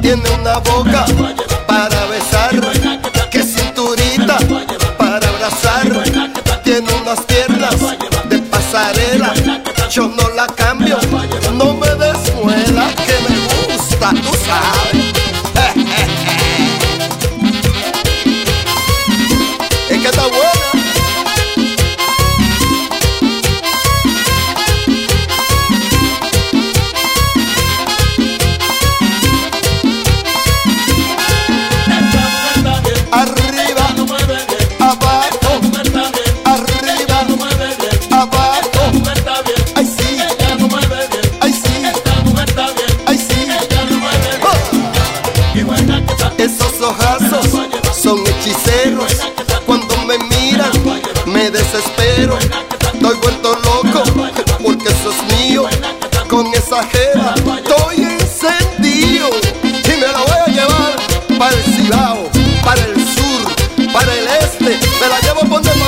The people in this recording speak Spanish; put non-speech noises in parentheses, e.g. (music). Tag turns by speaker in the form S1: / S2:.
S1: Tiene una boca para besar, que cinturita para abrazar. Tiene unas piernas de pasarela, yo no la cambio, no me desmuela, que me gusta, tú sabes. Es que está buena. arriba, abajo, arriba, abajo. Ay sí, ay sí, ay sí. Ah. Esos ojazos son hechiceros. Cuando me miran, me desespero. Estoy vuelto loco porque eso es mío. Con esa jeva estoy encendido y me la voy a llevar para el Silao, para el sur, para el este. Me la llevo por demás. (laughs)